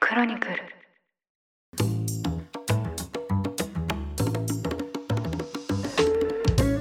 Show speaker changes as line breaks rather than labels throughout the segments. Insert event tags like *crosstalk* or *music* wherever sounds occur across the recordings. クロニクル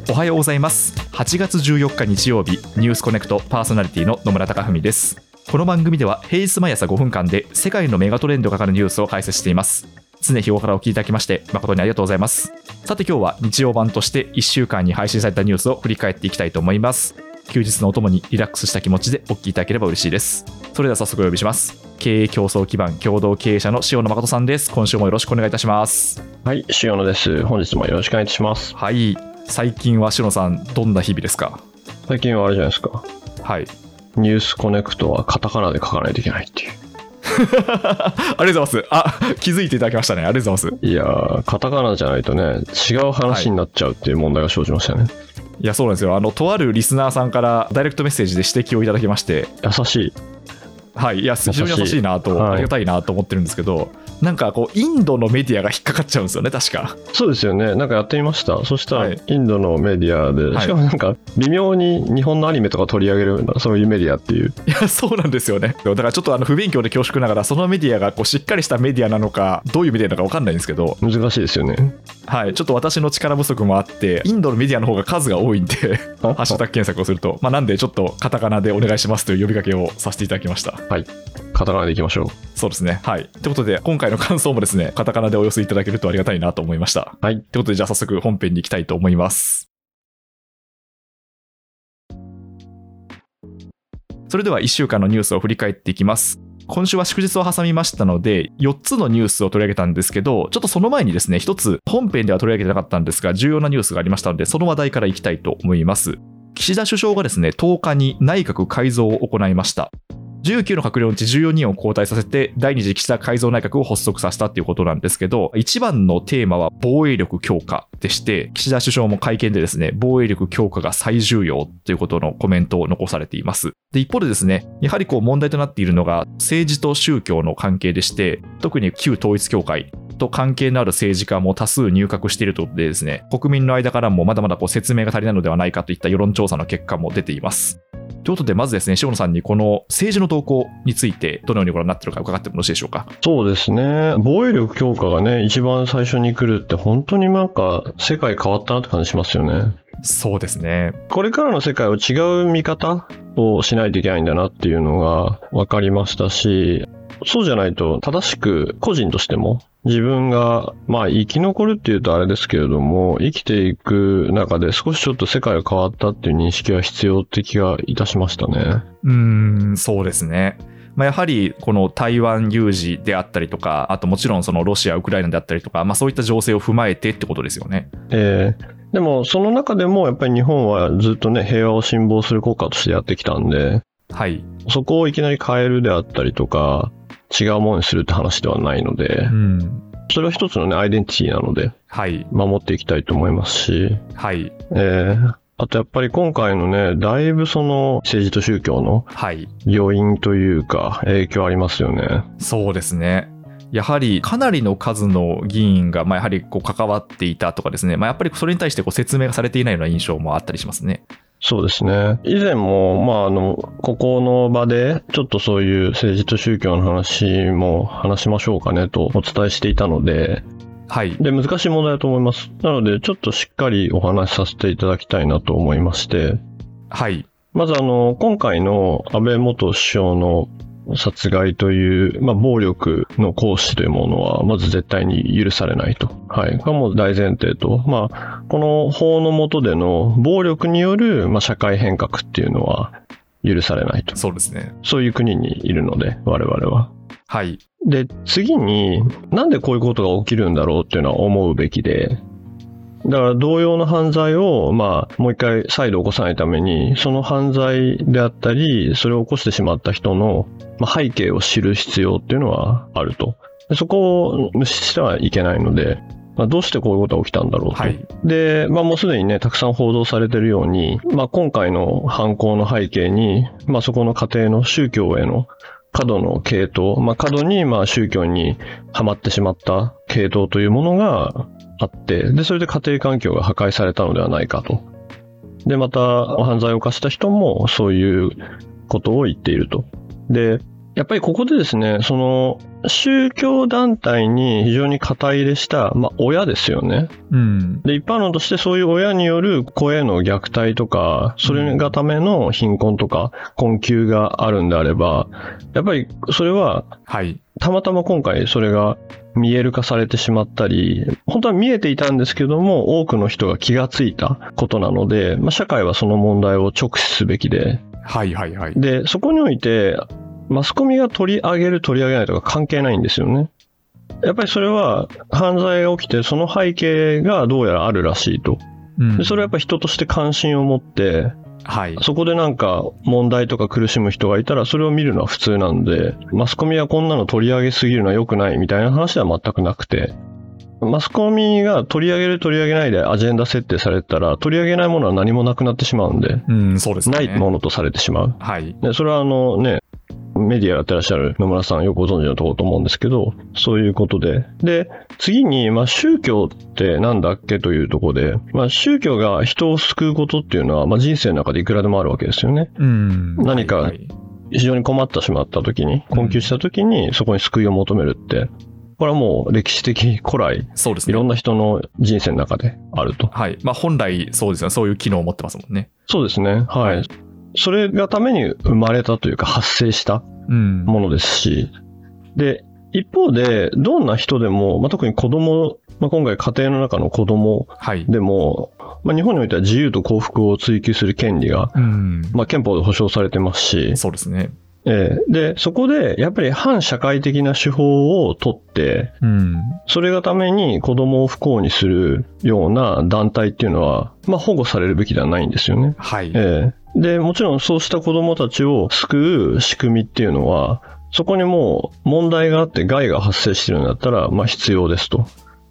おはようございます8月14日日曜日ニュースコネクトパーソナリティの野村貴文ですこの番組では平日毎朝5分間で世界のメガトレンドがかかるニュースを解説しています常日頃からお聞きいただきまして誠にありがとうございますさて今日は日曜版として1週間に配信されたニュースを振り返っていきたいと思います休日のお供にリラックスした気持ちでお聞きいただければ嬉しいですそれでは早速お呼びします経営競争基盤共同経営者の塩野誠さんです今週もよろしくお願いいたします
はい、塩野です。本日もよろしくお願いいたします。
はい最近は塩野さんどんな日々ですか
最近はあれじゃないですか。
はい *laughs*
ニュースコネクトはカタカナで書かないといけないってい
ありがとうございます。あ、気づいていただきましたね。ありがとうございます。
う。いやー、カタカナじゃないとね、違う話になっちゃうっていう問題が生じましたね。
いや、そうなんですよ。あの、とあるリスナーさんからダイレクトメッセージで指摘をいただきまして、
優しい。
はい、いや、非常に優しいなと、
はい
ありがたいなと思ってるんですけど、なんかこう、インドのメディアが引っかかっちゃうんですよね、確か。
そうですよね。なんかやってみました。そした
は
ら
い、
インドのメディアで、
はい
しかもなんか、微妙に日本のアニメとか取り上げるような、そういうメディアっていう。
いや、そうなんですよね。だからちょっとあの不勉強で恐縮ながら、そのメディアがこうしっかりしたメディアなのか、どういうメディアなのか分かんないんですけど、
難しいですよね。
はい、ちょっと私の力不足もあって、インドのメディアの方が数が多いんで、 *laughs*
あ
ハッシュタグ検索をすると、まあ、なんでちょっとカタカナでお願いしますという呼びかけをさせていただきました。
カタカナでいきましょう。
そうですね。はい。ということで、今回の感想もですね、カタカナでお寄せいただけるとありがたいなと思いました。
はい
ということで、じゃあ早速本編に行きたいと思います。それでは1週間のニュースを振り返っていきます。今週は祝日を挟みましたので、4つのニュースを取り上げたんですけど、ちょっとその前にですね、1つ本編では取り上げてなかったんですが、重要なニュースがありましたので、その話題からいきたいと思います。岸田首相がですね、10日に内閣改造を行いました。19の閣僚のうち14人を交代させて、第二次岸田改造内閣を発足させたっていうことなんですけど、一番のテーマは防衛力強化でして、岸田首相も会見でですね、防衛力強化が最重要ということのコメントを残されています。で、一方でですね、やはりこう問題となっているのが、政治と宗教の関係でして、特に旧統一教会、と関係のある政治家も多数入閣しているということでですね、国民の間からもまだまだこう説明が足りないのではないかといった世論調査の結果も出ています。ということで、まずですね、塩野さんにこの政治の動向について、どのようにご覧になっているか伺ってもよろしいでしょうか。
そうですね。防衛力強化がね、一番最初に来るって、本当になんか、世界変わったなって感じしますよね。
そうですね。
これからの世界を違う見方をしないといけないんだなっていうのが分かりましたし、そうじゃないと正しく個人としても自分が、まあ生き残るっていうとあれですけれども、生きていく中で少しちょっと世界が変わったっていう認識は必要って気がいたしましたね。
うーん、そうですね。まあ、やはりこの台湾有事であったりとか、あともちろんそのロシア、ウクライナであったりとか、まあ、そういった情勢を踏まえてってことですよね。
えーでもその中でもやっぱり日本はずっとね、平和を辛抱する国家としてやってきたんで、
はい。
そこをいきなり変えるであったりとか、違うものにするって話ではないので
う、ん。
それは一つのね、アイデンティティなので、
はい。
守っていきたいと思いますし、
はい。
えーあとやっぱり今回のね、だいぶその政治と宗教の
はい。
要因というか、影響ありますよね。
そうですね。やはりかなりの数の議員が、まあ、やはりこう関わっていたとかですね、まあ、やっぱりそれに対してこう説明がされていないような印象もあったりしますね。
そうですね。以前も、まあ、あの、ここの場で、ちょっとそういう政治と宗教の話も話しましょうかねとお伝えしていたので、
はい。
で、難しい問題だと思います。なので、ちょっとしっかりお話しさせていただきたいなと思いまして、
はい。
まずあの、今回の安倍元首相の殺害という、まあ、暴力の行使というものは、まず絶対に許されないと。はい。がもう大前提と。まあ、この法の下での暴力による、まあ、社会変革っていうのは許されないと。
そうですね。
そういう国にいるので、我々は。
はい。
で、次に、なんでこういうことが起きるんだろうっていうのは思うべきで、だから同様の犯罪を、まあ、もう一回再度起こさないために、その犯罪であったり、それを起こしてしまった人の、まあ、背景を知る必要っていうのはあると。でそこを無視してはいけないので、まあ、どうしてこういうことが起きたんだろうと。
はい。
で、まあ、もうすでにね、たくさん報道されてるように、まあ、今回の犯行の背景に、まあ、そこの家庭の宗教への過度の系統、まあ、過度にまあ宗教にはまってしまった系統というものがあって、で、それで家庭環境が破壊されたのではないかと。で、また、犯罪を犯した人もそういうことを言っていると。で、やっぱりここでですね、その宗教団体に非常に肩入れした、まあ、親ですよね。
うん。
で、一般論としてそういう親による子への虐待とか、それがための貧困とか困窮があるんであれば、やっぱりそれは
はい。
たまたま今回それが見える化されてしまったり、本当は見えていたんですけども、多くの人が気がついたことなので、まあ、社会はその問題を直視すべきで、
はいはいはい。
で、そこにおいて、マスコミが取り上げる、取り上げないとか関係ないんですよね。やっぱりそれは犯罪が起きて、その背景がどうやらあるらしいと。
うん
でそれはやっぱ人として関心を持って、
はい。
そこでなんか問題とか苦しむ人がいたら、それを見るのは普通なんで、マスコミはこんなの取り上げすぎるのは良くないみたいな話では全くなくて、マスコミが取り上げる、取り上げないでアジェンダ設定されたら、取り上げないものは何もなくなってしまうんで、
うん、そうですね。
ないものとされてしまう。
はい。
でそれはあのね、メディアやってらっしゃる野村さんよくご存知のところと思うんですけど、そういうことで。で、次に、まあ宗教ってなんだっけというところで、まあ宗教が人を救うことっていうのは、まあ人生の中でいくらでもあるわけですよね。
うん。
何か
はい
非常に困ってしまった時に、困窮した時にそこに救いを求めるって、これはもう歴史的古来、
そうです
い
ね。
ろんな人の人生の中であると。
はい。まあ本来、そうですね。そういう機能を持ってますもんね。
そうですね。は。
はい
それがために生まれたというか発生した
うん。
ものですし、で、一方で、どんな人でも、まあ、特に子供、まあ、今回家庭の中の子供
はい。
でも、まあ、日本においては自由と幸福を追求する権利が、
うん。
まあ、憲法で保障されてますし、
そうですね。
ええで、そこで、やっぱり反社会的な手法を取って、
うん。
それがために子供を不幸にするような団体っていうのは、まあ、保護されるべきではないんですよね。
はい。
ええで、もちろんそうした子供たちを救う仕組みっていうのは、そこにもう問題があって害が発生してるんだったら、まあ必要ですと。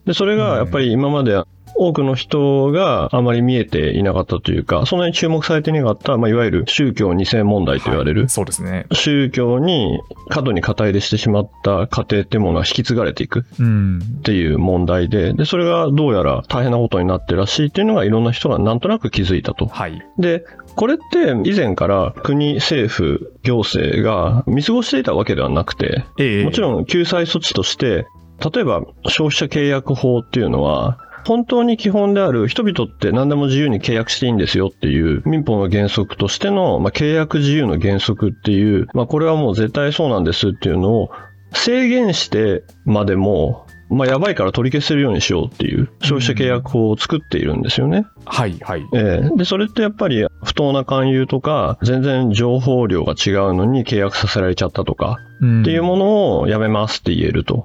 で、それがやっぱり今まで多くの人があまり見えていなかったというか、そんなに注目されていなかった、まあいわゆる宗教二世問題と言われる。
そうですね。
宗教に過度に肩入れしてしまった家庭ってものが引き継がれていく
うん。
っていう問題で、で、それがどうやら大変なことになってるらしいっていうのがいろんな人がなんとなく気づいたと。
はい。
で、これって以前から国、政府、行政が見過ごしていたわけではなくて、
ええ
もちろん救済措置として、例えば消費者契約法っていうのは、本当に基本である人々って何でも自由に契約していいんですよっていう民法の原則としての、まあ、契約自由の原則っていう、まあ、これはもう絶対そうなんですっていうのを制限してまでも、まあ、やばいから取り消せるようにしようっていう消費者契約法を作っているんですよね。
はい。はい。
ええで、それってやっぱり不当な勧誘とか、全然情報量が違うのに契約させられちゃったとか、
っ
っていうものをやめますって言えると。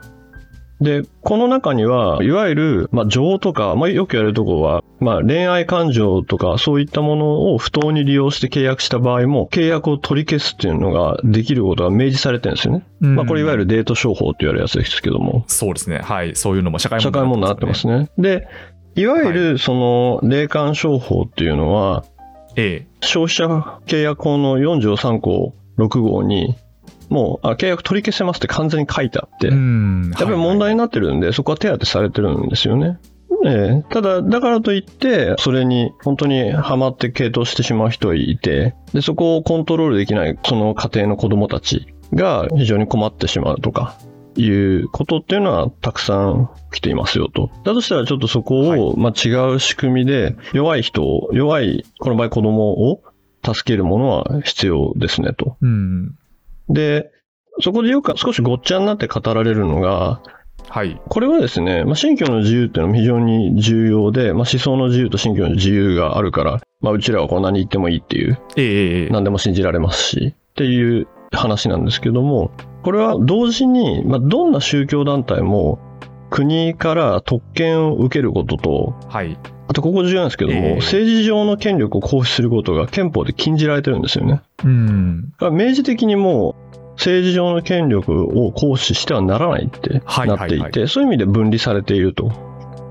で、この中には、いわゆる、まあ、情とか、まあ、よくやるとこは、まあ、恋愛感情とか、そういったものを不当に利用して契約した場合も、契約を取り消すっていうのができることが明示されてるんですよね。
の
まあ、これいわゆるデート商法って言われるやつですけども。
そうですね。はい。そういうのも社会
社
問
会
題
問題になってますね。で、いわゆる、その、霊感商法っていうのは、
え
消費者契約法の43項6号に、もうあ契約取り消せますって完全に書いてあって、
え。うん。
やっぱり問題になってるんで、そこは手当てされてるんですよね。ええただ、だからといって、それに本当にハマって傾倒してしまう人がいて、で、そこをコントロールできない、その家庭の子供たちが非常に困ってしまうとか、いうことっていうのはたくさん来ていますよと。だとしたらちょっとそこを、
は
まあ、違う仕組みで、弱い人を、弱い、この場合子供を助けるものは必要ですねと。
うん。
で、そこでよく少しごっちゃになって語られるのが、
はい。
これはですね、まあ、信教の自由っていうのも非常に重要で、まあ、思想の自由と信教の自由があるから、まあ、うちらはこんなに言ってもいいっていう、
ええええ。
何でも信じられますし、っていう話なんですけども、これは同時に、まあ、どんな宗教団体も、国から特権を受けることと、
はい。
あとここ重要なんですけども、
ええ
政治上の権力を行使することが憲法で禁じられてるんですよね。
うん。
だから明示的にもう政治上の権力を行使してはならないって
はい
なっていて、
はいは
そういう意味で分離されていると。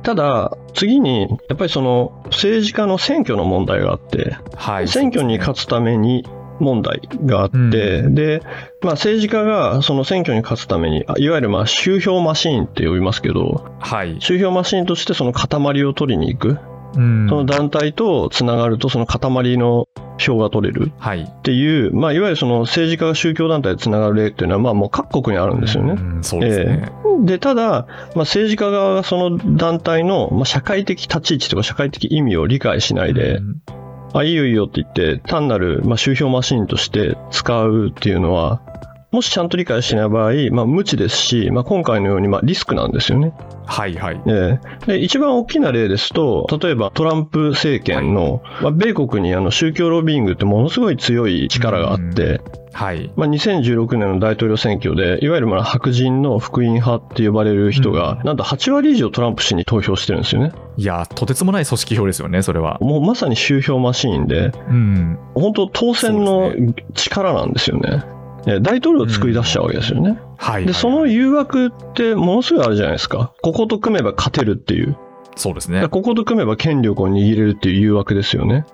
ただ、次に、やっぱりその政治家の選挙の問題があって、
はい。
選挙に
か
勝つために問題があって、
う
で、まあ政治家がその選挙に勝つために、あいわゆるまあ集票マシーンって呼びますけど、
はい。
集票マシーンとしてその塊を取りに行く。
うん。
その団体とつながると、その塊の票が取れる
はい。
っていう、まあ、いわゆるその政治家が宗教団体でつながる例っていうのは、まあ、もう各国にあるんですよね。
うんそうですね。
で、ただ、まあ、政治家側がその団体の、まあ、社会的立ち位置とか社会的意味を理解しないで、
うん
あ、いいよいいよって言って、単なる、まあ、集票マシンとして使うっていうのは、もしちゃんと理解しない場合、まあ、無知ですし、まあ、今回のように、まあ、リスクなんですよね。
はいはい。
ええで一番大きな例ですと、例えばトランプ政権の、まあ、米国にあの宗教ロビーイングってものすごい強い力があって、
はい。
まあ、2016年の大統領選挙で、いわゆるまあ白人の福音派って呼ばれる人が、
う
なんと8割以上トランプ氏に投票してるんですよね。
いや、とてつもない組織票ですよね、それは。
もうまさに集票マシーンで、
うん。
本当当選の力なんですよね。ええ大統領を作り出したわけですよね。
はい。
で、その誘惑ってものすごいあるじゃないですか。ここと組めば勝てるっていう。
そうです
だか
ね
ら。ここと組めば権力を握れるっていう誘惑ですよね。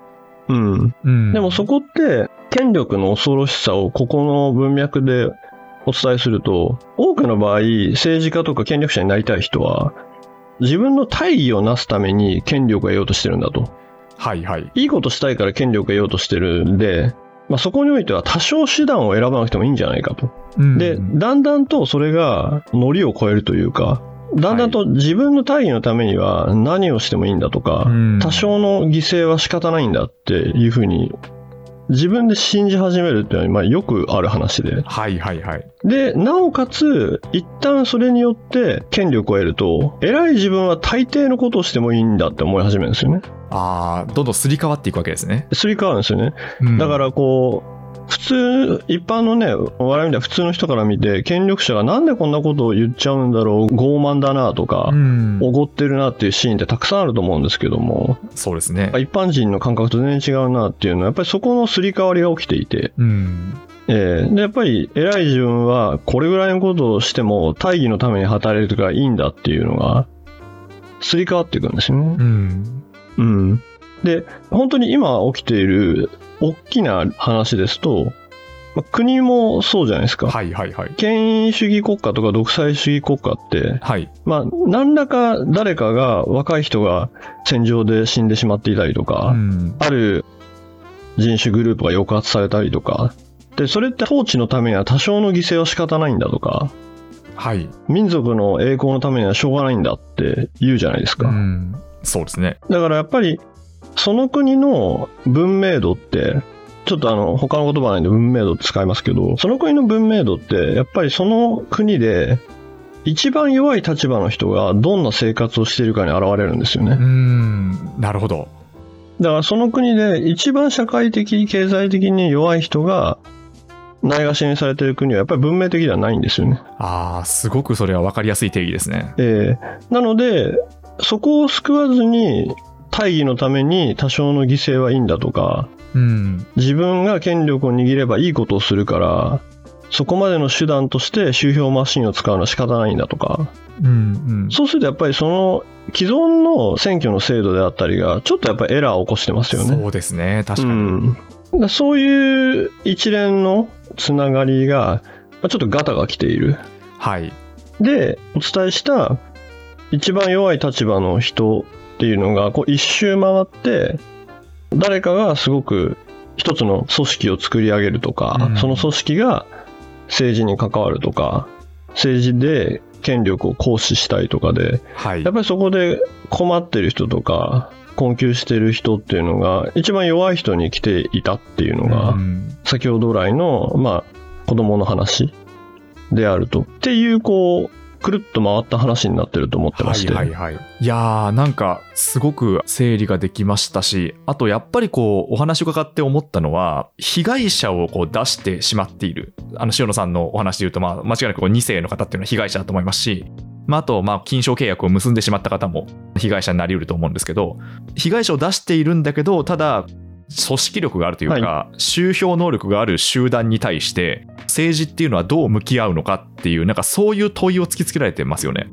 うん。
うん
でもそこって、権力の恐ろしさをここの文脈でお伝えすると、多くの場合、政治家とか権力者になりたい人は、自分の大義をなすために権力を得ようとしてるんだと。
はいはい。
いいことしたいから権力を得ようとしてるんで、まあ、そこにおいては多少手段を選ばなくてもいいんじゃないかと。
うん
で、だんだんとそれがノリを超えるというか、だんだんと自分の大義のためには何をしてもいいんだとか、
うん
多少の犠牲は仕方ないんだっていうふうに、自分で信じ始めるっていうのは、まあ、よくある話で。
はいはいはい。
で、なおかつ、一旦それによって権力を得ると、偉い自分は大抵のことをしてもいいんだって思い始めるんですよね。
ああ、どんどんすり替わっていくわけですね。
すり替わるんですよね。
うん
だからこう、普通、一般のね、我々みたいな普通の人から見て、権力者がなんでこんなことを言っちゃうんだろう、傲慢だなとか
う、ん
おごってるなっていうシーンってたくさんあると思うんですけども、
そうですね。
一般人の感覚と全然違うなっていうのは、やっぱりそこのすり替わりが起きていて、
うん。
えーで、やっぱり偉い自分は、これぐらいのことをしても、大義のために働いてるからいいんだっていうのが、すり替わっていくんですよね。
うん。
うん、で本当に今起きている大きな話ですと、まあ国もそうじゃないですか、
はいはいはい。
権威主義国家とか独裁主義国家って、
はい。
まあ、何らか誰かが若い人が戦場で死んでしまっていたりとか、
うん
ある人種グループが抑圧されたりとかでそれって統治のためには多少の犠牲は仕方ないんだとか
はい。
民族の栄光のためにはしょうがないんだって言うじゃないですか。
うん。そうですね。
だからやっぱりその国の文明度ってちょっとあの他の言葉ないんで文明度って使いますけどその国の文明度ってやっぱりその国で一番弱い立場の人がどんな生活をしているかに現れるんですよ
う
ね
ん。なるほど。
だからその国で一番社会的経済的に弱い人がないがしろにされている国はやっぱり文明的ではないんですよね
ああ、すごくそれは分かりやすい定義ですね。
えーなので、そこを救わずに、大義のために多少の犠牲はいいんだとか、
うん。
自分が権力を握ればいいことをするから、そこまでの手段として周票マシンを使うのは仕方ないんだとか、
うん。うん。
そうするとやっぱりその既存の選挙の制度であったりが、ちょっとやっぱりエラーを起こしてますよね。
そうですね。確かに。
うん、だからそういう一連のつながりが、まあちょっとガタが来ている。
はい。
でお伝えした一番弱い立場の人っていうのがこう一周回って誰かがすごく一つの組織を作り上げるとか、
うん
その組織が政治に関わるとか政治で権力を行使したいとかで
はい
やっ。ぱりそこで困ってる人とか困窮してる人っていうのが一番弱い人に来ていたっていうのが、
うん
先ほど来の、まあ、子供の話であると。っていう、こう、くるっと回った話になってると思ってま
は
し
い
て。
はいはい。いやー、なんか、すごく整理ができましたし、あとやっぱりこう、お話を伺って思ったのは、被害者をこう出してしまっている。あの、塩野さんのお話で言うと、まあ、間違いなくこう2世の方っていうのは被害者だと思いますし、まあ、あと、まあ、金賞契約を結んでしまった方も被害者になり得ると思うんですけど、被害者を出しているんだけど、ただ、組織力があるというか、集票能力がある集団に対して、政治っていうのはどう向き合うのかっていう、なんかそういう問いを突きつけられてますよね。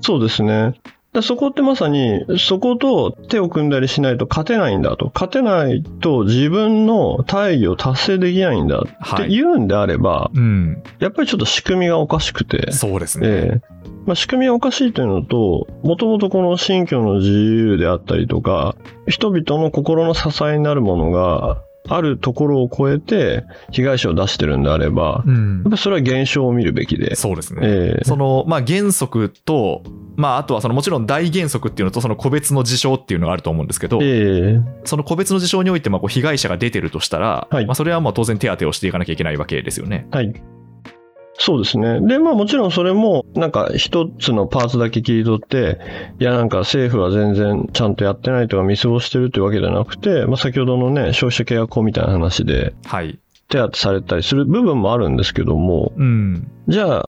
そうですね。でそこってまさに、そこと手を組んだりしないと勝てないんだと。勝てないと自分の大義を達成できないんだ
は
って
い。
言うんであれば、
うん。
やっぱりちょっと仕組みがおかしくて。
そうですね。
ええまあ、仕組みがおかしいというのと、もともとこの信教の自由であったりとか、人々の心の支えになるものが、あるところを超えて被害者を出してるんであれば、
うん
やっぱそれは現象を見るべきで。
そうですね。
ええ
その、まあ、原則と、まあ、あとはそのもちろん大原則っていうのとその個別の事象っていうのがあると思うんですけど、
ええ
その個別の事象においてまあこう被害者が出てるとしたら、
はい
まあ、それはまあ当然手当てをしていかなきゃいけないわけですよね。
はい。そうですね。で、まあもちろんそれも、なんか一つのパーツだけ切り取って、いやなんか政府は全然ちゃんとやってないとか見過ごしてるってわけじゃなくて、まあ先ほどのね、消費者契約法みたいな話で
はい。
手当てされたりする部分もあるんですけども、
うん。
じゃあ、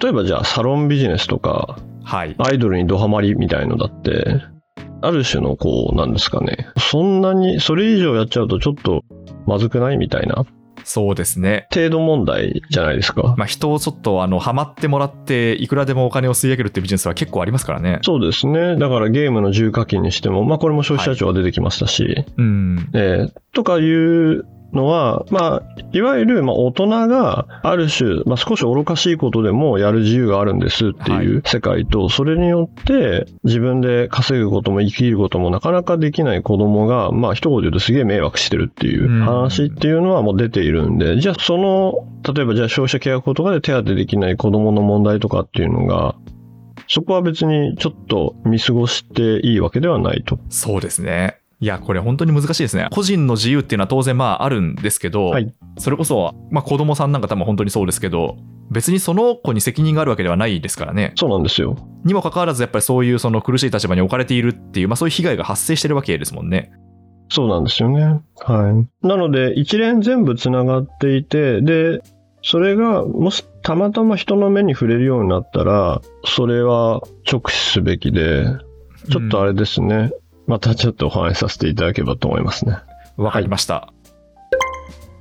例えばじゃあサロンビジネスとか、
はい。
アイドルにドハマりみたいのだって、ある種のこう、なんですかね、そんなに、それ以上やっちゃうとちょっとまずくないみたいな、
そうですね。
程度問題じゃないですか。
まあ、人をちょっとあのハマってもらっていくらでもお金を吸い上げるってビジネスは結構ありますからね。
そうですね。だからゲームの重課金にしても、まあこれも消費者庁が出てきましたし、
うん。
えーとかいうのは、まあ、いわゆる、まあ、大人がある種、まあ、少し愚かしいことでもやる自由があるんですっていう世界と、それによって自分で稼ぐことも生きることもなかなかできない子供が、まあ、一言で言うとすげえ迷惑してるっていう
うん
話っていうのはもう出ているんで、じゃあその、例えばじゃあ消費者契約法とかで手当てできない子供の問題とかっていうのが、そこは別にちょっと見過ごしていいわけではないと。
そうですね。いや、これ本当に難しいですね。個人の自由っていうのは当然まああるんですけど、
はい
それこそ、まあ子供さんなんか多分本当にそうですけど、別にその子に責任があるわけではないですからね。
そうなんですよ。
にもかかわらずやっぱりそういうその苦しい立場に置かれているっていう、まあそういう被害が発生してるわけですもんね。
そうなんですよね。はい。なので、一連全部つながっていて、で、それが、もしたまたま人の目に触れるようになったら、それは直視すべきで、ちょっとあれですね。またちょっとお話しさせていただければと思いますね。
わかりました。はい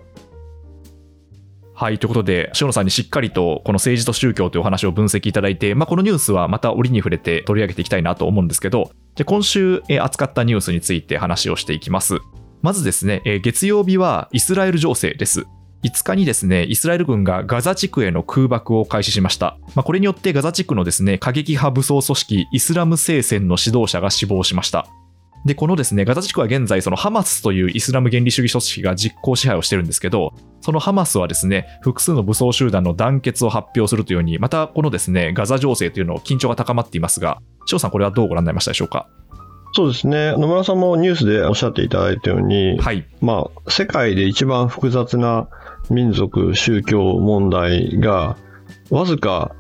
ということで、塩野さんにしっかりとこの政治と宗教というお話を分析いただいて、まあ、このニュースはまた折に触れて取り上げていきたいなと思うんですけど、で今週えー扱ったニュースについて話をしていきます。まずですね、えー月曜日はイスラエル情勢です。5日にですね、イスラエル軍がガザ地区への空爆を開始しました。まあ、これによってガザ地区のですね、過激派武装組織イスラム聖戦の指導者が死亡しました。で、このですね、ガザ地区は現在、そのハマスというイスラム原理主義組織が実効支配をしてるんですけど、そのハマスはですね、複数の武装集団の団結を発表するというように、またこのですね、ガザ情勢というのを緊張が高まっていますが、翔さん、これはどうご覧になりましたでしょうか。
そうですね。野村さんもニュースでおっしゃっていただいたように、
はい。
まあ、世界で一番複雑な民族、宗教問題が、わずか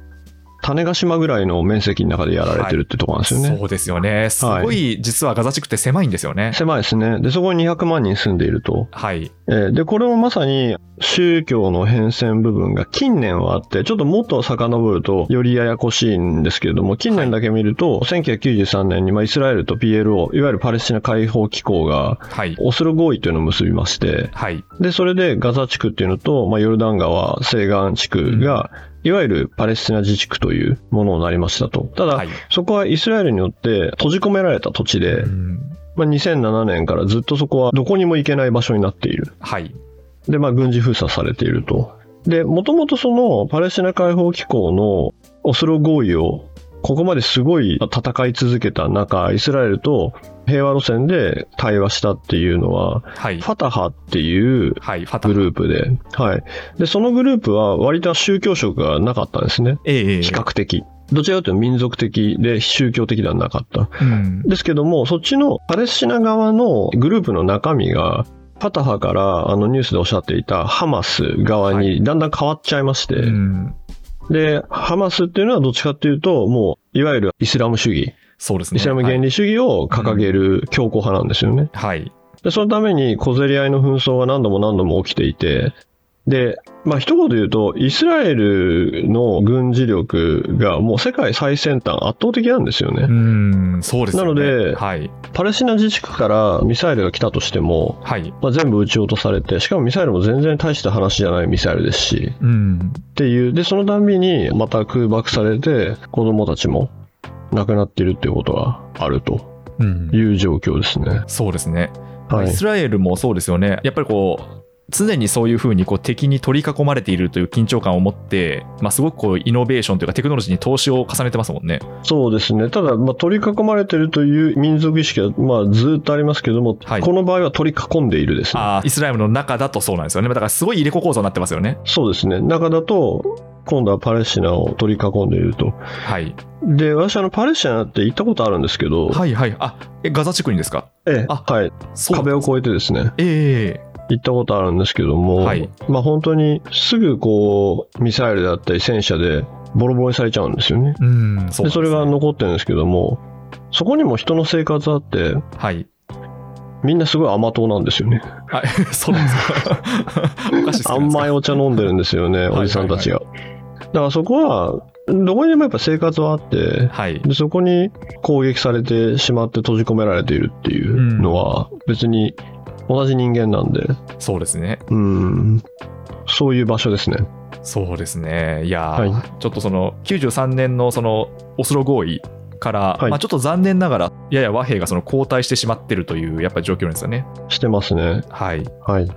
種子島ぐらいの面積の中でやられてるってところなんですよね。
そうですよね。すごい、実はガザ地区って狭いんですよね。
狭いですね。で、そこに200万人住んでいると。
はい。
えーで、これもまさに宗教の変遷部分が近年はあって、ちょっともっと遡るとよりややこしいんですけれども、近年だけ見ると、1993年にまあイスラエルと PLO、いわゆるパレスチナ解放機構が、
はい。
オスロ合意というのを結びまして、
はい。
で、それでガザ地区っていうのと、まあ、ヨルダン川西岸地区が、いわゆるパレスチナ自治区というものになりましたと。ただ、
はい。
そこはイスラエルによって閉じ込められた土地で
う、ん
まあ、2007年からずっとそこはどこにも行けない場所になっている。
はい。
で、まあ、軍事封鎖されていると。で、もともとそのパレスチナ解放機構のオスロ合意をここまですごい戦い続けた中、イスラエルと平和路線で対話したっていうのは、
はい
フ。ァタハっていう
はい。ファタ
グ。ループで、はい。で、そのグループは割と宗教色がなかったんですね。
ええええ
比較的。どちらかというと民族的で宗教的ではなかった。
うん
ですけども、そっちのパレスチナ側のグループの中身が、ファタハからあのニュースでおっしゃっていたハマス側
は
にだんだん変わっちゃいまして、
うん
で、ハマスっていうのはどっちかっていうと、もういわゆるイスラム主義、
そうですね。
イスラム原理主義を掲げる強硬派なんですよね。
はい。はい。
で、そのために小競り合いの紛争が何度も何度も起きていて、で、まあ一言で言うと、イスラエルの軍事力がもう世界最先端、圧倒的なんですよね。
うん、そうですよね。
なので
はい。
パレスチナ自治区からミサイルが来たとしても、
はい。
まあ、全部撃ち落とされて、しかもミサイルも全然大した話じゃないミサイルですし、
うん。
っていう、で、そのたんびにまた空爆されて、子供たちも亡くなっているっていうことがあると
うん
いう状況ですね。
そうですね、
は
イ
い。
スラエルもそうですよね、やっぱりこう、常にそういうふうにこう敵に取り囲まれているという緊張感を持って、まあ、すごくこうイノベーションというかテクノロジーに投資を重ねてますもんね。
そうですね。ただ、まあ、取り囲まれてるという民族意識は、まあ、ずっとありますけども、
はい
この場合は取り囲んでいるですね。
あーイスラエムの中だとそうなんですよね。だからすごい入れ子構造になってますよね。
そうですね。中だと、今度はパレスチナを取り囲んでいると。
はい。
で、私、あの、パレスチナって行ったことあるんですけど、
はいはい。あ、え、ガザ地区にですか
ええ、
あ
はい、
そう
壁を越えてですね、
ええ
行ったことあるんですけども、
はい
まあ本当にすぐこう、ミサイルだったり戦車でボロボロにされちゃうんですよね。
うん、そうなんですね
で、それが残ってるんですけども、そこにも人の生活あって、
はい。
みんなすごい甘党なんですよね。
あ、 *laughs* そうなんです
*laughs*
か。お菓子好きなんですか
甘いお茶飲んでるんですよね、
はい
おじさんたちが。だからそこは、どこにでもやっぱ生活はあって、
はい。
でそこに攻撃されてしまって閉じ込められているっていうのは、別に同じ人間なんで、
そうですね。
うん、そういう場所ですね。
そうですね。いやー、
はい
ちょっとその93年のそのオスロ合意から、
はい
まあ、ちょっと残念ながら、やや和平がその後退してしまってるというやっぱり状況なんですよね。
してますね。
はい。
はい。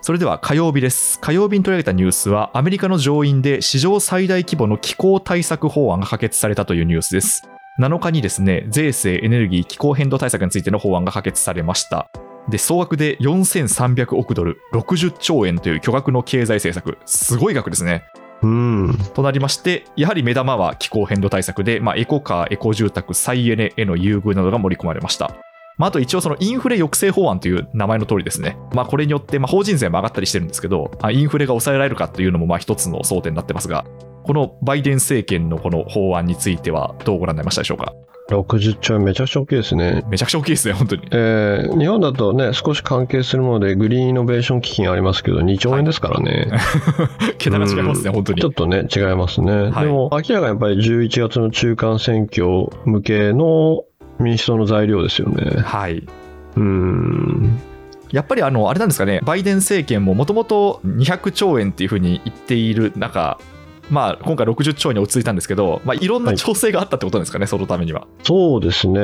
それでは火曜日です。火曜日に取り上げたニュースは、アメリカの上院で史上最大規模の気候対策法案が可決されたというニュースです。7日にですね、税制、エネルギー、気候変動対策についての法案が可決されました。で、総額で4300億ドル、60兆円という巨額の経済政策、すごい額ですね。
うん。
となりまして、やはり目玉は気候変動対策で、まあ、エコカー、エコ住宅、再エネへの優遇などが盛り込まれました。まあ、あと一応、そのインフレ抑制法案という名前の通りですね、まあ、これによってまあ法人税も上がったりしてるんですけど、あインフレが抑えられるかというのもまあ一つの争点になってますが、このバイデン政権のこの法案については、どうご覧になりましたでしょうか。
60兆円めちゃくちゃ大きいですね。
めちゃくちゃ大きいですね、本当に。 *laughs*
えー日本だとね、少し関係するもので、グリーンイノベーション基金ありますけど、2兆円ですからね。
桁が違いますね、
うん
本当に
ちょ。っとね、違いますね。
はい
でも、明らかにやっぱり11月の中間選挙向けの民主党の材料ですよね。
はい、
うん。
やっぱりあのあれなんですかね、バイデン政権ももともと200兆円っていうふうに言っている中、まあ、今回60兆円に落ち着いたんですけど、まあ、いろんな調整があったってことなんですかね、そのためには。
そうですね。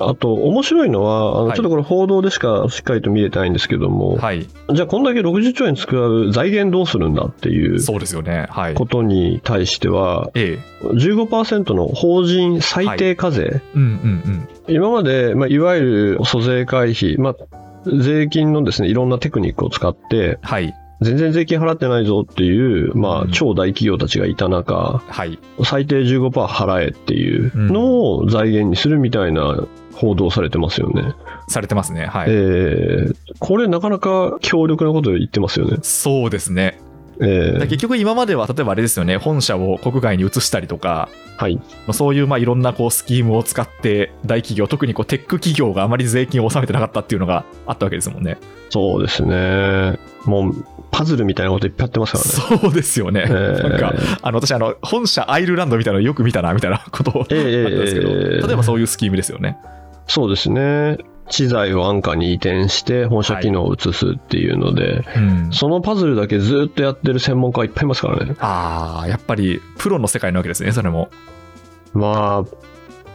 あと、面白いのは、あの
はい
ちょっとこれ報道でしかしっかりと見れてないんですけども、
はい、
じゃあこんだけ60兆円使う財源どうするんだっていう
そうですよね。はい、
ことに対しては、
ええ、
15%の法人最低課税、
うんうん
今まで、まあ、いわゆる租税回避、まあ、税金のですね、いろんなテクニックを使って、
うん、はい、
全然税金払ってないぞっていう、ま
う
あ
ん、
超大企業たちがいた中、
はい、
最低15%払えっていうのを財源にするみたいな報道されてますよね。
されてますね。はい、
えーこれなかなか強力なこと言ってますよね。
そうですね。
え
だから
ー
結局、今までは例えばあれですよね、本社を国外に移したりとか、
はい。
そういうまあいろんなこうスキームを使って、大企業、特にこうテック企業があまり税金を納めてなかったっていうのがあったわけですもんね。
そうですね。もう、パズルみたいなこといっぱいやってますからね。
そうですよね。
えー
なんかあの私あの、本社アイルランドみたいなのよく見たなみたいなことをあったん *laughs*
ええ
ですけど、
ええええ
例えばそういうスキームですよね。
そうですね。知財を安価に移転して本社機能を移すっていうので、
うん、
そのパズルだけずっとやってる専門家はいっぱいいますからね。
ああ、やっぱりプロの世界なわけですね、それも。 *laughs*
まあ、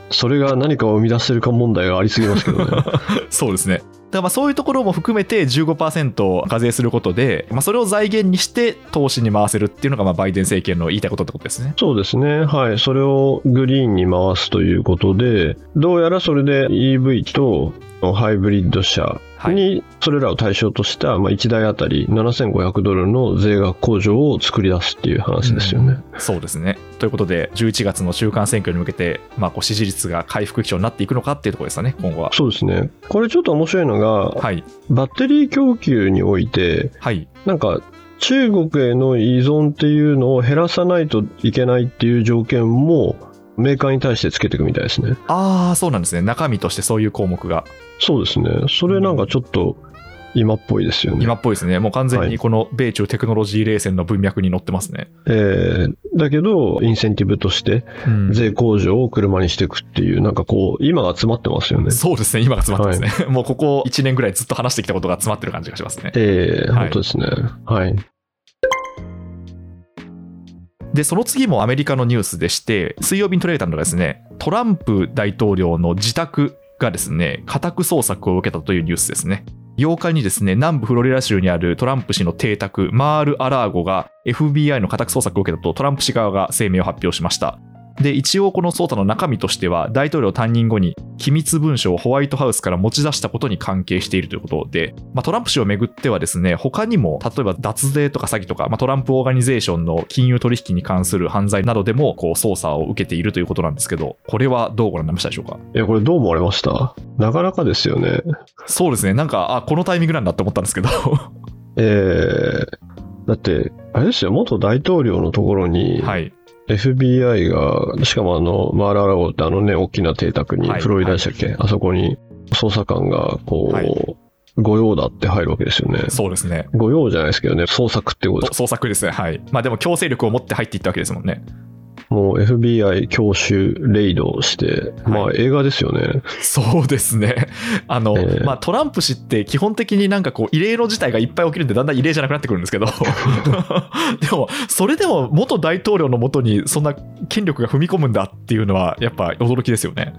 それが何かを生み出せるか問題がありすぎますけどね。
そうですね。だからまあそういうところも含めて15%課税することで、まあ、それを財源にして投資に回せるっていうのがまあバイデン政権の言いたいことってことですね。
そうですね。はい。それをグリーンに回すということで、どうやらそれで EV とハイブリッド車にそれらを対象とした、まあ、1台あたり7500ドルの税額控除を作り出すっていう話ですよね。
そうですね。ということで、11月の中間選挙に向けて、まあ、こう支持率が回復基調になっていくのかっていうところですかね、今後は。
そうですね。これちょっと面白いのが、
はい、
バッテリー供給において、
はい、
なんか中国への依存っていうのを減らさないといけないっていう条件もメーカーに対してつけていくみたいですね。
ああ、そうなんですね、中身としてそういう項目が
そうですね。それなんかちょっと今っぽいですよね。
今っぽいですね、もう完全
は
に
い
この米中テクノロジー冷戦の文脈に乗ってますね。
えーだけど、インセンティブとして
うん
税控除を車にしていくっていう、なんかこう、今が詰まってますよね。
そうですね、今が詰まってますね、 *laughs* もうここ1年ぐらいずっと話してきたことが詰まってる感じがしますね。
えー
はい
本当ですね。はい。
で、その次もアメリカのニュースでして、水曜日に取り上げたのがですね、トランプ大統領の自宅がですね、家宅捜索を受けたというニュースですね。 8日にですね、南部フロリダ州にあるトランプ氏の邸宅、マール・アラーゴが FBI の家宅捜索を受けたとトランプ氏側が声明を発表しました。で、一応この捜査の中身としては、大統領退任後に機密文書をホワイトハウスから持ち出したことに関係しているということで、まあ、トランプ氏をめぐってはですね、他にも、例えば脱税とか詐欺とか、まあ、トランプオーガニゼーションの金融取引に関する犯罪などでも、こう、捜査を受けているということなんですけど、これはどうご覧になりましたでしょうか
いや、これどう思われましたなかなかですよね。
そうですね、なんか、あ、このタイミングなんだって思ったんですけど、は
えー、だって、あれですよ、元大統領のところに、
い。
FBI が、しかもあの、マーラーラゴってあのね、大きな邸宅に、
はい
フロリダでしたっけ、あそこに捜査官が、こう、
はい
御用だって入るわけですよね。
そうですね。
御用じゃないですけどね、捜索ってこと
と
で
捜索ですね。はい。まあでも強制力を持って入っていったわけですもんね。
す。もう FBI 教習レイドして、
はい
まあ映画ですよね。
そうですね。 *laughs* あの、
ええ
まあトランプ氏って基本的になんかこう異例の事態がいっぱい起きるんでだんだん異例じゃなくなってくるんですけど。 *laughs* でも、それでも元大統領のもとにそんな権力が踏み込むんだっていうのはやっぱ驚きですよね。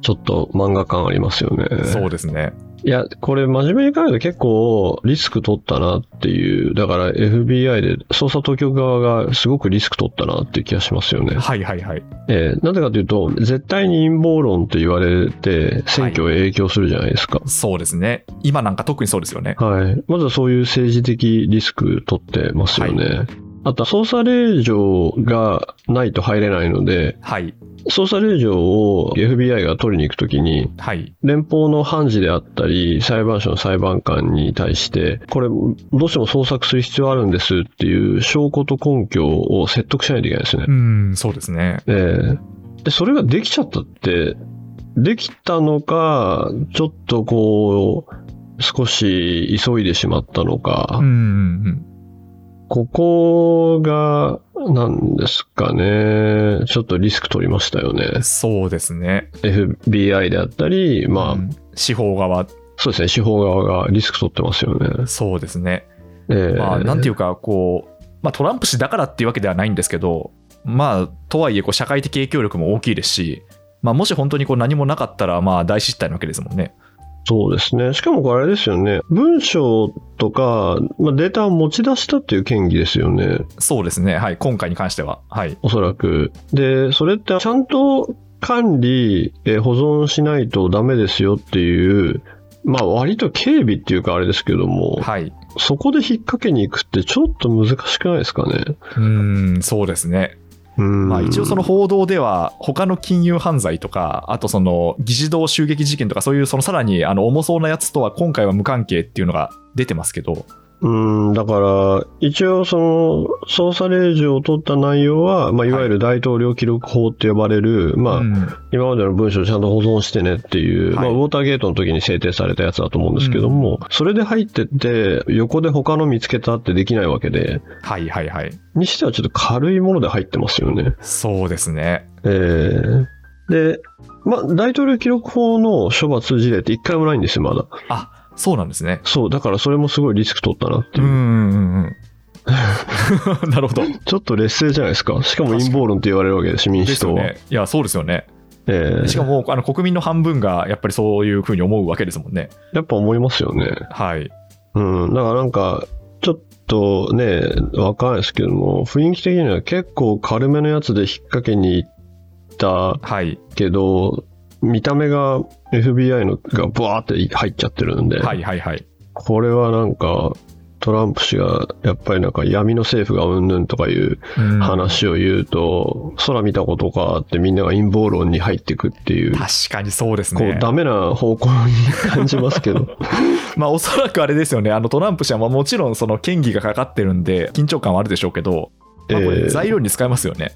ちょっと漫画感ありますよね。
そうですね。
いや、これ真面目に考えると結構リスク取ったなっていう、だから FBI で捜査当局側がすごくリスク取ったなっていう気がしますよね。
はいはいはい。
えーなぜかというと、絶対に陰謀論と言われて選挙へ影響するじゃないですか。
そうですね。今なんか特にそうですよね。
はい。まずはそういう政治的リスク取ってますよね。あとは捜査令状がないと入れないので、
はい
捜査令状を FBI が取りに行くときに、
はい。
連邦の判事であったり、裁判所の裁判官に対して、これ、どうしても捜索する必要あるんですっていう証拠と根拠を説得しないといけないですね
う。ん、そうですね。
ええで、それができちゃったって、できたのか、ちょっとこう、少し急いでしまったのか、
うんうんうん。
ここが、なんですかね、ちょっとリスク取りましたよね。
そうですね。
FBI であったり、まあ、
うん司法側、
そうですね、司法側がリスク取ってますよね。
そうですね。
ええ
まあ、なんていうかこう、まあ、トランプ氏だからっていうわけではないんですけど、まあ、とはいえこう社会的影響力も大きいですし、まあ、もし本当にこう何もなかったらまあ大失態なわけですもんね。
そうですね。しかもこれあれですよね。文章とか、まあ、データを持ち出したっていう嫌疑ですよね。
そうですね、はい、今回に関しては。はい、
おそらく。で、それってちゃんと管理、えー保存しないとダメですよっていう、まあ割と警備っていうかあれですけども、
はい、
そこで引っ掛けに行くってちょっと難しくないですかね。
うーん、そうですね。
うん
まあ、一応、その報道では、他の金融犯罪とか、あとその議事堂襲撃事件とか、そういうそのさらにあの重そうなやつとは今回は無関係っていうのが出てますけど、
うん、だから、一応その捜査令状を取った内容は、まあいわゆる大統領記録法って呼ばれる、まあ、
うん
今までの文章をちゃんと保存してねっていう、
はい
まあ、ウォーターゲートの時に制定されたやつだと思うんですけども、それで入ってって、横で他の見つけたってできないわけで、
はいはいはい、
にしてはちょっと軽いもので入ってますよね。
そうですね。
えーで、まあ、大統領記録法の処罰事例って一回もないんですよ、まだ。
あそうなんですね。
そう、だからそれもすごいリスク取ったなって
う
いう。
んうんうんうん。 *laughs* なるほど。
ちょっと劣勢じゃないですか。しかも
確かに
陰謀論って言われるわけです、
で
民主
すよ
党は。
ね。いや、そうですよね。
えー
しかも、あの国民の半分がやっぱりそういうふうに思うわけですもんね。
やっぱ思いますよね。
はい。
うん、だからなんか、ちょっとね、わかんないですけども、雰囲気的には結構軽めのやつで引っ掛けに行った
はい。
けど、見た目が FBI のがバーって入っちゃってるんで、
はいはいはい。
これはなんか、トランプ氏がやっぱりなんか闇の政府がうんぬんとかいう
うん
話を言うと、空見たことかってみんなが陰謀論に入ってくっていう、
確かにそうです
こう
ね。
ダメな方向に感じますけ
*laughs*
ど。
まあ、おそらくあれですよね。あの、トランプ氏はまあもちろん、その、嫌疑がかかってるんで、緊張感はあるでしょうけど、まあ、こ
え
れ
ー
材料に使えますよね。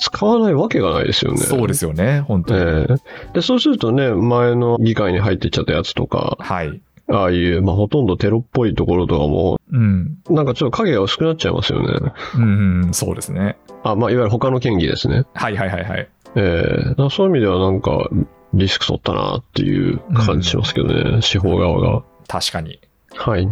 使わないわけがないですよね。
そうですよね、本当に。
ええで、そうするとね、前の議会に入ってっちゃったやつとか、
はい。
ああいう、まあ、ほとんどテロっぽいところとかも、
うん。
なんかちょっと影が薄くなっちゃいますよね。
うん、うんそうですね。
あ、まあ、いわゆる他の県議ですね。
はいはいはいはい。
ええだからそういう意味ではなんか、リスク取ったなっていう感じしますけどね、司法側が。
確かに。
はい。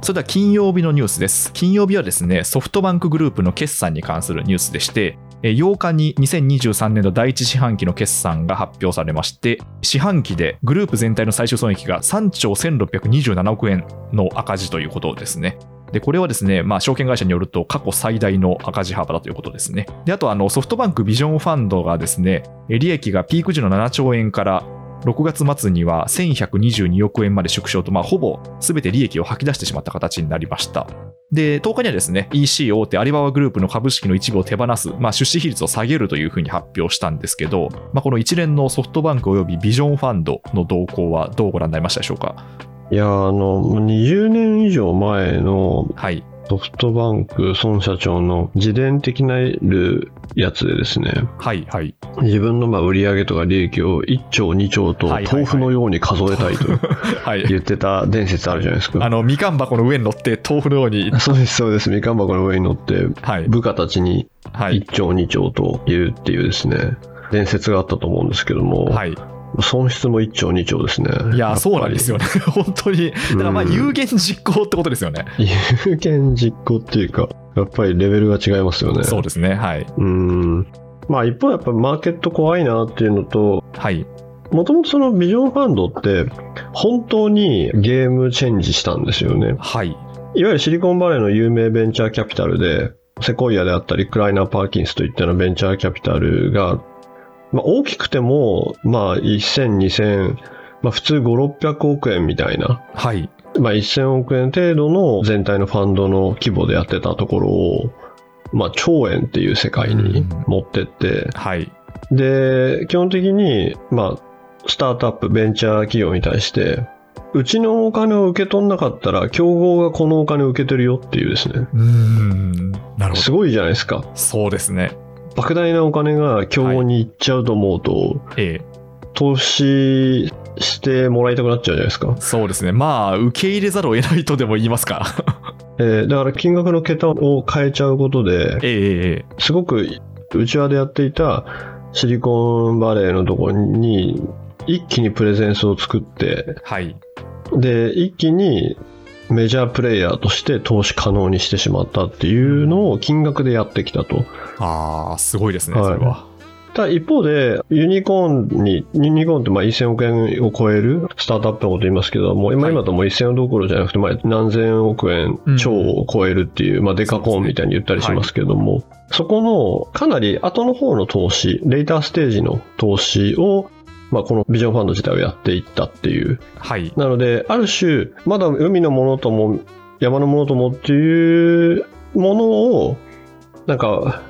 それでは金曜日のニュースです。金曜日はですね、ソフトバンクグループの決算に関するニュースでして、えー8日に2023年度第一四半期の決算が発表されまして、四半期でグループ全体の最終損益が3兆1627億円の赤字ということですね。でこれはですね、まあ、証券会社によると過去最大の赤字幅だということですね。であとあのソフトバンクビジョンファンドがですね、え利益がピーク時の7兆円から6月末には1122億円まで縮小と、まあ、ほぼ全て利益を吐き出してしまった形になりました。で、10日にはですね、EC 大手アリババグループの株式の一部を手放す、まあ、出資比率を下げるというふうに発表したんですけど、まあ、この一連のソフトバンクおよびビジョンファンドの動向はどうご覧になりましたでしょうか。
いや、あの、もう20年以上前の
はい。
ソフトバンク孫社長の自伝的なるやつでですね、
はい、はい。
自分のまあ売上とか利益を1兆2兆と
はいはいはい
豆腐のように数えたいと
はい。
言っ
*laughs*
てた伝説あるじゃないです
あ
か。
の、みかん箱の上に乗って豆腐のように、
*laughs* そうです、そうです。みかん箱の上に乗って
はい。
部下たちに
はい
1。兆2兆と言うっていうですね、伝説があったと思うんですけども、
はい。
損失も1兆2兆ですね。
いや、そうなんですよね。 *laughs* 本当に。だからまあ、
うん
有言実行ってことですよね。
有言実行っていうか、やっぱりレベルが違いますよね。
そうですね。はい。
うん。まあ一方やっぱマーケット怖いなっていうのと、
はい。
もともとそのビジョンファンドって本当にゲームチェンジしたんですよね。
はい。
いわゆるシリコンバレーの有名ベンチャーキャピタルで、セコイアであったり、クライナー・パーキンスといったようなベンチャーキャピタルが、まあ、大きくても、まあ、1000、2000、まあ、普通5、600億円みたいな、
はい。
まあ、1000億円程度の全体のファンドの規模でやってたところを、まあ、兆円っていう世界に持ってって、
はい。
で、基本的に、まあ、スタートアップ、ベンチャー企業に対して、うちのお金を受け取んなかったら、競合がこのお金を受け取るよっていうですね。
うーん。なるほ
すごいじゃないですか。
ど。そうですね。
莫大なお金が競合に行っちゃうと思うと、
ええ。
投資してもらいたくなっちゃうじゃないですか。
そうですね。まあ、受け入れざるを得ないとでも言いますか。 *laughs*
えーだから金額の桁を変えちゃうことで、
ええええええ。
すごく内輪でやっていたシリコンバレーのところに、一気にプレゼンスを作って、
はい。
で一気にメジャープレイヤーとして投資可能にしてしまったっていうのを金額でやってきたと
ああ、すごいですね、
はい
それは。
ただ一方でユニコーンにユニコーンってまあ1000億円を超えるスタートアップのこと言いますけどもう今
はい
今だともう1000どころじゃなくてまあ何千億円
うん
超を超えるっていう、まあ、デカコーンみたいに言ったりしますけども、そこのかなり後の方の投資レーターステージの投資を、まあ、このビジョンファンド自体をやっていったっていう
はい。
なので、ある種、まだ海のものとも山のものともっていうものを、なんか、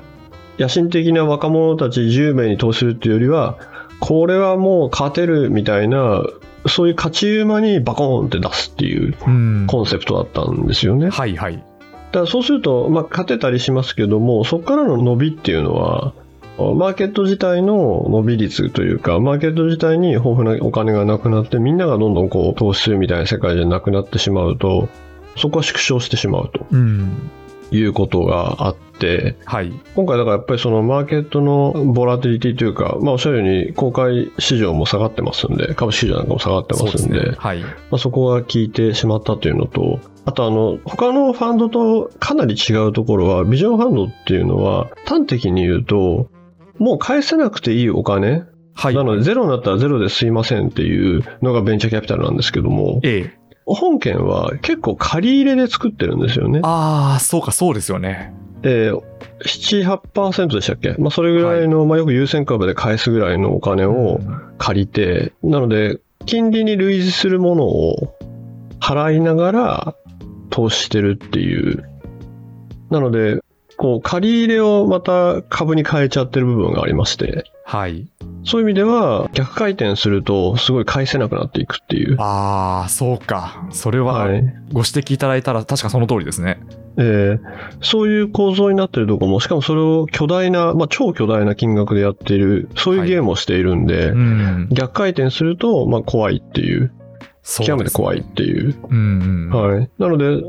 野心的な若者たち10名に投資するっていうよりは、これはもう勝てるみたいな、そういう勝ち馬にバコーンって出すっていう
うん。
コンセプトだったんですよね。
はいはい。
だからそうすると、まあ、勝てたりしますけども、そこからの伸びっていうのは、マーケット自体の伸び率というか、マーケット自体に豊富なお金がなくなって、みんながどんどんこう投資するみたいな世界じゃなくなってしまうと、そこは縮小してしまうと
うん。
いうことがあって、
はい。
今回だからやっぱりそのマーケットのボラティリティというか、まあおっしゃるように公開市場も下がってますんで、株式市場なんかも下がってま
そうですす
んで
ね。、はい。
まあ、そこが効いてしまったというのと、あとあの、他のファンドとかなり違うところは、ビジョンファンドっていうのは、端的に言うと、もう返せなくていいお金、
はい。
なのでゼロになったらゼロですいませんっていうのがベンチャーキャピタルなんですけども、
ええ。
本件は結構借り入れで作ってるんですよね。
ああ、そうか、そうですよね。
えー7、8%でしたっけ、まあ、それぐらいの、まあ、よく優先株で返すぐらいのお金を、借りて、なので、金利に類似するものを払いながら投資してるっていう。なので、こう、借り入れをまた株に変えちゃってる部分がありまして、
はい。
そういう意味では逆回転するとすごい返せなくなっていくっていう。
ああ、そうか。それは、
はい。
ご指摘いただいたら、確かその通りですね。
えーそういう構造になってるとこも、しかもそれを巨大な、まあ超巨大な金額でやっている、そういうゲームをしているんで、
うん。
逆回転すると、まあ怖いっていう、
そう
極めて怖
い。
いっていう
うんうん。
はい、なので、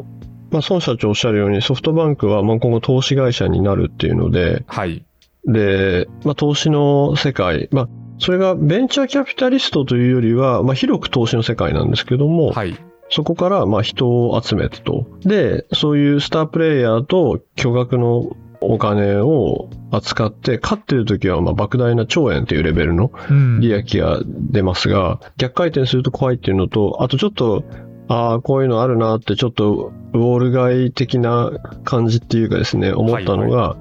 まあ、孫社長おっしゃるように、ソフトバンクはまあ今後、投資会社になるっていうので、
はい。
でまあ、投資の世界、まあ、それがベンチャーキャピタリストというよりは、まあ、広く投資の世界なんですけども、
はい。
そこからまあ人を集めてと、でそういうスタープレイヤーと巨額のお金を扱って、勝ってる時はまあ莫大な兆円っていうレベルの
うん
利益が出ますが、逆回転すると怖いっていうのと、あとちょっと、ああ、こういうのあるなって、ちょっと、ウォール街的な感じっていうかですね、思ったのが、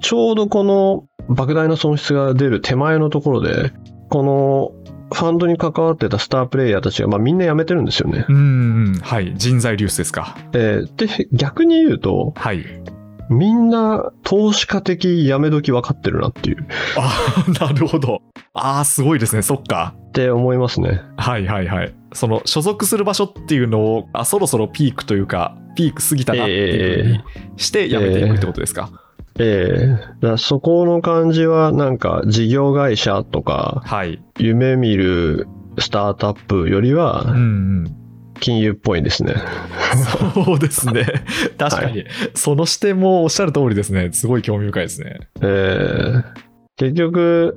ちょうどこの、莫大な損失が出る手前のところで、この、ファンドに関わってたスタープレイヤーたちが、まあみんな辞めてるんですよね。
うんうんはい人材流出ですか
えーで、逆に言うと、
はい
みんな投資家的辞め時分かってるなっていう、
あー *laughs* なるほどああすごいですねそっか
って思いますね。
はいはいはいその所属する場所っていうのをあそろそろピークというかピーク過ぎたなっていうふうにしてやめていくってことですか、
ええだからそこの感じはなんか事業会社とか
はい
夢見るスタートアップより
うん
は
うん
金融っぽいですね。
そうです *laughs* ね。確かに、その視点もおっしゃる通りですね。すごい興味深いですね。
ええ結局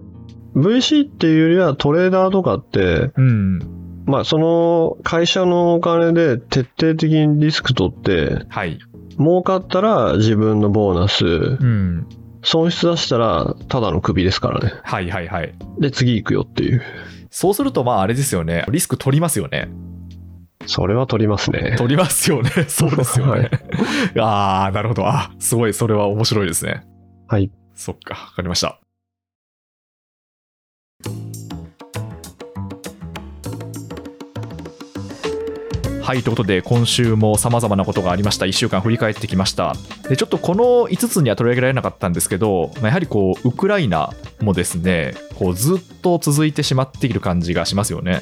VC っていうよりはトレーダーとかって、
うん。
まあその会社のお金で徹底的にリスク取って、
はい。
儲かったら自分のボーナス、
うん。
損失出したらただの首ですからね。
はいはいはい。
で次行くよっていう。
そうすると、まああれですよね。リスク取りますよね。
それは取りますね。
取りますよね。そうですよ
は
ね。ああ、なるほど。あすごい。それは面白いですね。
はい。
そっか。わかりました。はい。ということで、今週も様々なことがありました。1週間振り返ってきました。で、ちょっとこの5つには取り上げられなかったんですけど、まあやはりこう、ウクライナもですね、こう、ずっと続いてしまっている感じがしますよね。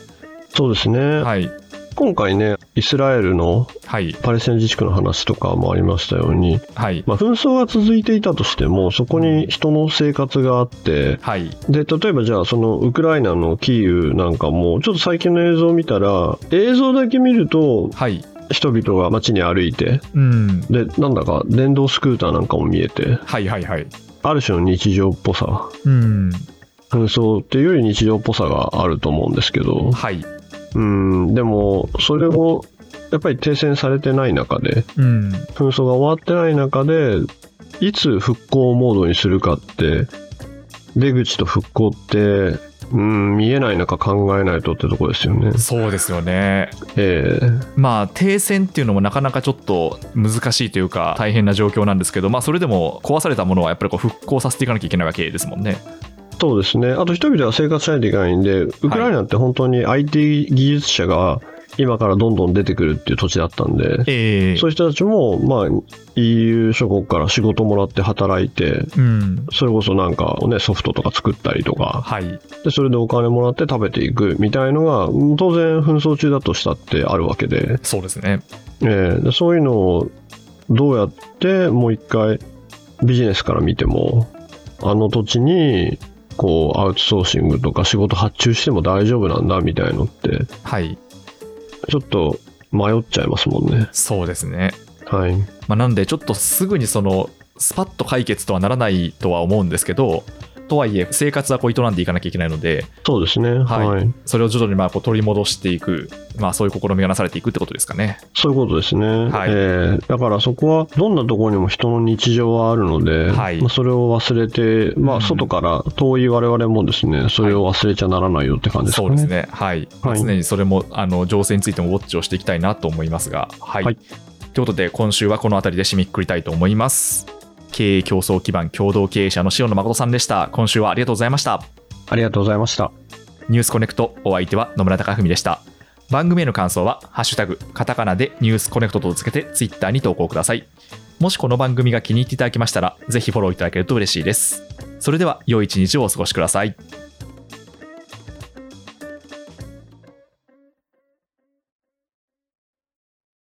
そうですね。
はい。
今回ね、イスラエルの
はい。
パレスチナ自治区の話とかもありましたように、
はい。
まあ、紛争が続いていたとしても、そこに人の生活があって、
はい。
で、例えばじゃあ、そのウクライナのキーウなんかも、ちょっと最近の映像を見たら、映像だけ見ると、
はい。
人々が街に歩いて、
うん。
で、なんだか電動スクーターなんかも見えて、
はいはいはい。
ある種の日常っぽさ、
うん。
紛争っていうより日常っぽさがあると思うんですけど、
はい。
うん、でも、それを、やっぱり停戦されてない中で、
うん。
紛争が終わってない中でいつ復興モードにするかって出口と復興ってうん見えない中考えないとってとこですよね。
そうですよね。
ええ
まあ停戦っていうのもなかなかちょっと難しいというか大変な状況なんですけど、まあ、それでも壊されたものはやっぱりこう復興させていかなきゃいけないわけですもんね。
そうですね。あと人々は生活しないといけないんで、ウクライナって本当に IT 技術者が今からどんどん出てくるっていう土地だったんで、
ええ
そういう人たちも、まあ、EU 諸国から仕事もらって働いて、
うん。
それこそなんか、ね、ソフトとか作ったりとか、
はい。
でそれでお金もらって食べていくみたいのがうん当然紛争中だとしたってあるわけで,、
そうですね。
えーでそういうのをどうやってもう一回ビジネスから見てもあの土地にこうアウトソーシングとか仕事発注しても大丈夫なんだみたいのって
はい。
ちょっと迷っちゃいますもんね
そうですね。
はい
まあ、なんでちょっとすぐにそのスパッと解決とはならないとは思うんですけど、とはいえ生活はこう営んでいかなきゃいけないので、
そうですね
はい
はい、
それを徐々にまあこう取り戻していく、まあ、そういう試みがなされていくってことですかね。
そういうことですね、
はい
えーだからそこはどんなところにも人の日常はあるので、
はい
まあ、それを忘れて、ま
うん
あ、外から遠い我々もですねそれを忘れちゃならないよって感じですか
そ
ね。
うですね、はい
はい
常にそれもあの情勢についてもウォッチをしていきたいなと思いますが。はい
はい
ということで、今週はこの辺りで締めくくりたいと思います。経営競争基盤共同経営者の塩野誠さんでした。今週はありがとうございました。
ありがとうございました。
ニュースコネクト、お相手は野村貴文でした。番組への感想は、ハッシュタグ、カタカナでニュースコネクトとつけて、ツイッターに投稿ください。もしこの番組が気に入っていただきましたら、ぜひフォローいただけると嬉しいです。それでは、良い一日をお過ごしください。